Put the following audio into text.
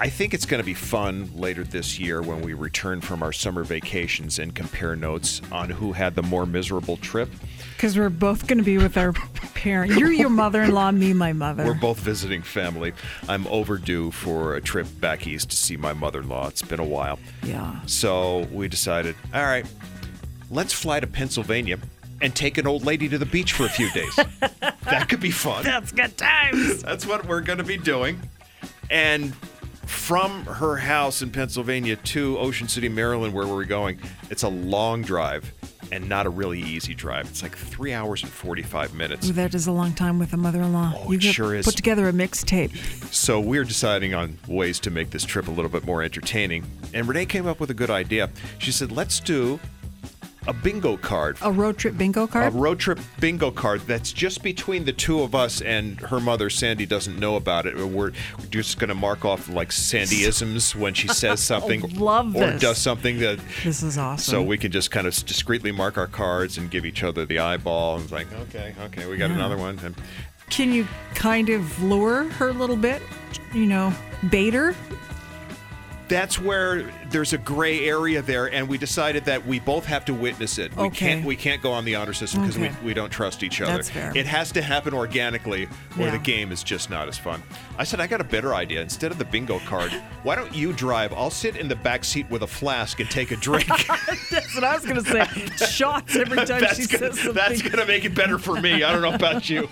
I think it's going to be fun later this year when we return from our summer vacations and compare notes on who had the more miserable trip. Because we're both going to be with our parents. You're your mother in law, me, my mother. We're both visiting family. I'm overdue for a trip back east to see my mother in law. It's been a while. yeah. So we decided, all right, let's fly to Pennsylvania and take an old lady to the beach for a few days. that could be fun. That's good times. That's what we're going to be doing. And from her house in Pennsylvania to Ocean City, Maryland, where we're going, it's a long drive and not a really easy drive. It's like three hours and 45 minutes. Ooh, that is a long time with a mother in law. Oh, it sure is. Put together a mixtape. So we're deciding on ways to make this trip a little bit more entertaining. And Renee came up with a good idea. She said, let's do a bingo card. A road trip bingo A card? road trip bingo card that's just between the two of us and her mother, Sandy, doesn't know about it. We're just going to mark off like Sandyisms when she says something Oh, Love or this. Mm-hmm. does something that. this is awesome. So we can just kind of discreetly mark our cards and give each other the eyeball and it's like, okay, okay, we got another one. And Can you kind of lure her a little bit? You know, bait her? that's where there's a gray area there, and we decided that we both have to witness it. We Okay. can't we can't go on the honor system because Okay. we, we don't trust each other. That's fair. It has to happen organically, or Yeah. the game is just not as fun. I said I got a better idea. Instead of the bingo card, why don't you drive? I'll sit in the back seat with a flask and take a drink. That's what I was going to say. Shots every time that's she gonna, says something. that's gonna make it better for me. I don't know about you.